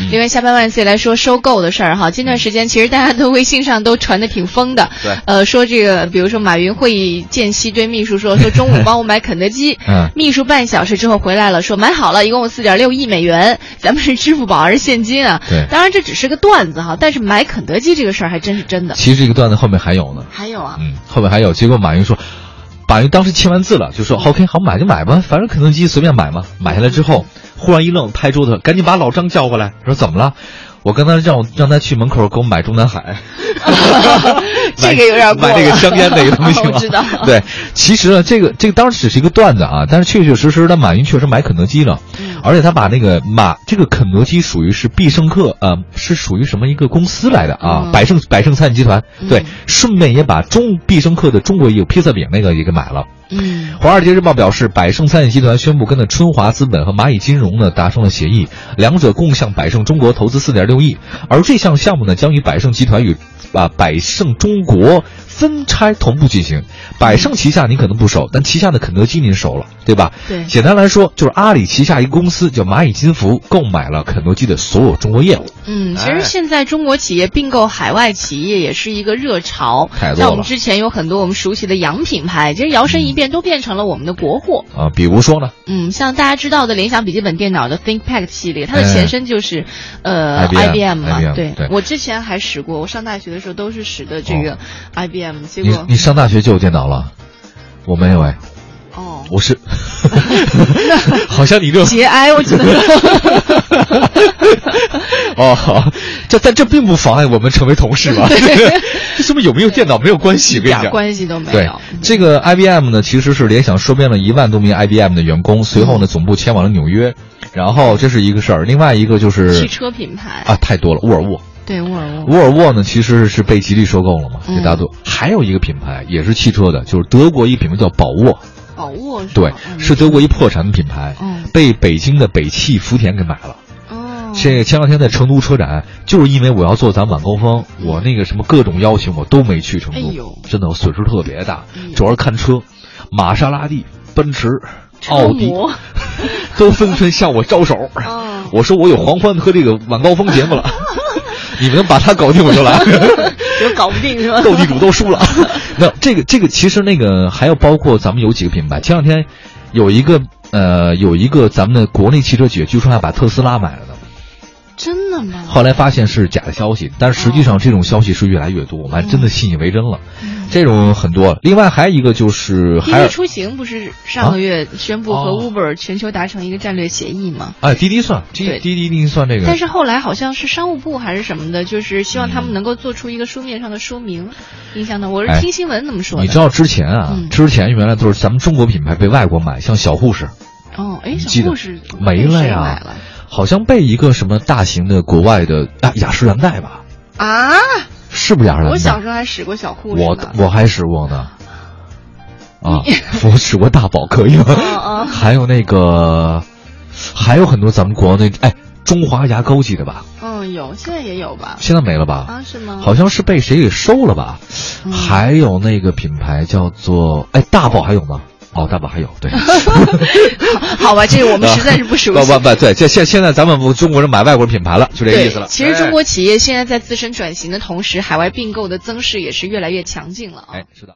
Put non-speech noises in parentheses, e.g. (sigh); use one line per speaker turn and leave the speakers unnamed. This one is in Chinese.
嗯
另外，下半万岁来说收购的事儿哈，近段时间其实大家的微信上都传的挺疯的，
对
呃，说这个，比如说马云会议间隙对秘书说，
(laughs)
说中午帮我买肯德基，
嗯
秘书半小时之后回来了，说买好了，一共四点六亿美元，咱们是支付宝还是现金啊？
对
当然这只是个段子哈，但是买肯德基这个事儿还真是真的。
其实这个段子后面还有呢，
还有
(laughs)
啊，
嗯，后面还有。结果马云说，马云当时签完字了，就说 OK，好买就买吧，反正肯德基随便买嘛。买下来之后，忽然一愣，拍桌子，赶紧把老张叫过来，说怎么了？我刚才让我让他去门口给我买中南海，
(laughs) 这个有点过
买这个
了哦
香烟那个东
(laughs)
西
我
吗？
知道
(laughs) 对，其实呢，这个这个当时只是一个段子啊，但是确确实实的，马云确实买肯德基了，
嗯
而且他把那个马这个肯德基属于是必胜客，呃，是属于什么一个公司来的啊？
嗯
百胜百胜餐饮集团，对，
嗯
顺便也把中必胜客的中国也有披萨饼那个也给买了。
嗯
华尔街日报表示，百胜餐饮集团宣布跟的春华资本和蚂蚁金融呢达成了协议，两者共向百胜中国投资四点六亿，而这项项目呢将与百胜集团与啊百胜中国分拆同步进行。百胜旗下您可能不熟，但旗下的肯德基您熟了，对吧？
对
简单来说，就是阿里旗下一个公司叫蚂蚁金服购买了肯德基的所有中国业务。
嗯，其
哎
实现在中国企业并购海外企业也是一个热潮
太。多
像我们
了
之前有很多我们熟悉的洋品牌，其实摇身一变都变成了我们的国货。
啊，比如说呢，
嗯，像大家知道的联想笔记本电脑的 ThinkPad 系列，它的前身就是，呃
IBM
IBM 嘛。
IBM
对
对，
我之前还使过，我上大学的时候都是使的这个 IBM，结
你
果
你上大学就有电脑了，我没有哎，
哦，
我是，好
(laughs)
像你这
节哀，我只能说。
哦，好，这但这并不妨碍我们成为同事吧？这是不是有没有电脑没有关系？
一
我跟你
点
讲。
关系都没
对
有。，
这个 IBM 呢，其实是联想收编了一万多名 IBM 的员工，随
嗯
后呢，总部迁往了纽约。然后这是一个事儿，另外一个就是
汽车品牌
啊，太多了，沃尔沃。
对沃尔沃，
沃尔沃呢，其实是被吉利收购了嘛，
嗯
给大家做。还有一个品牌也是汽车的，就是德国一个品牌叫宝沃，
宝沃是
对
吧？，嗯
是德国一破产的品牌
嗯，
被北京的北汽福田给买了。
哦，
这前两天在成都车展，就是因为我要做咱晚高峰，我那个什么各种邀请我都没去成
哎呦
都，真的我损失特别大
哎呦，
主要是看车，玛莎拉蒂、奔驰、
车
奥迪
模
都纷纷向我招手
哦。
我说我有狂欢和这个晚高峰节目了，
(laughs)
你们把它搞定我就来。
(laughs) 就搞不定是吧？
斗地 (laughs) 主都
(laughs)
输了。没有这个这个，其实那个还有包括咱们有几个品牌，前两天有一个呃有一个咱们的国内汽车企业，据说还把特斯拉买了呢。
真的吗？
后来发现是假的消息，但是实际上这种消息是越来越多，我们还真的信以为真了。这种很多了。另外还有一个就是
滴滴
海尔，
嗯出行不是上个月宣布和
哦
Uber 全球达成一个战略协议吗？
哎，滴滴算，
对
滴滴滴一定算这个。
但是后来好像是商务部还是什么的，就是希望他们能够做出一个书面上的说明。印象呢，我是
嗯哎
听新闻那么说的。
你知道之前啊，
嗯
之前原来都是咱们中国品牌被外国买，像小护士，
哦，哎，
你
小
记得
护士
没了
谁
呀
买了
好像被一个什么大型的国外的啊雅诗兰黛吧，
啊！
是不是雅诗兰黛？
我小时候还使过小护士
我
呢。
我还使过呢，啊， (laughs) 我使过大宝可以
(laughs)
吗？
嗯嗯
还有那个，还有很多咱们国内哎，中华牙膏记得吧？
嗯，有，现在也有吧？
现在没了吧？
啊，是吗？
好像是被谁给收了吧？
嗯
还有那个品牌叫做哎，大宝还有吗？哦，大宝还有对，
(laughs) 好吧，这个 (laughs) 我们实在是不熟悉。
(laughs) 不不，对，现现现在咱们不中国人买外国品牌了，就这个
对，
意思了。哎
其实中国企业现在在自身转型的同时，海外并购的增势也是越来越强劲了啊。
哎，哎是的。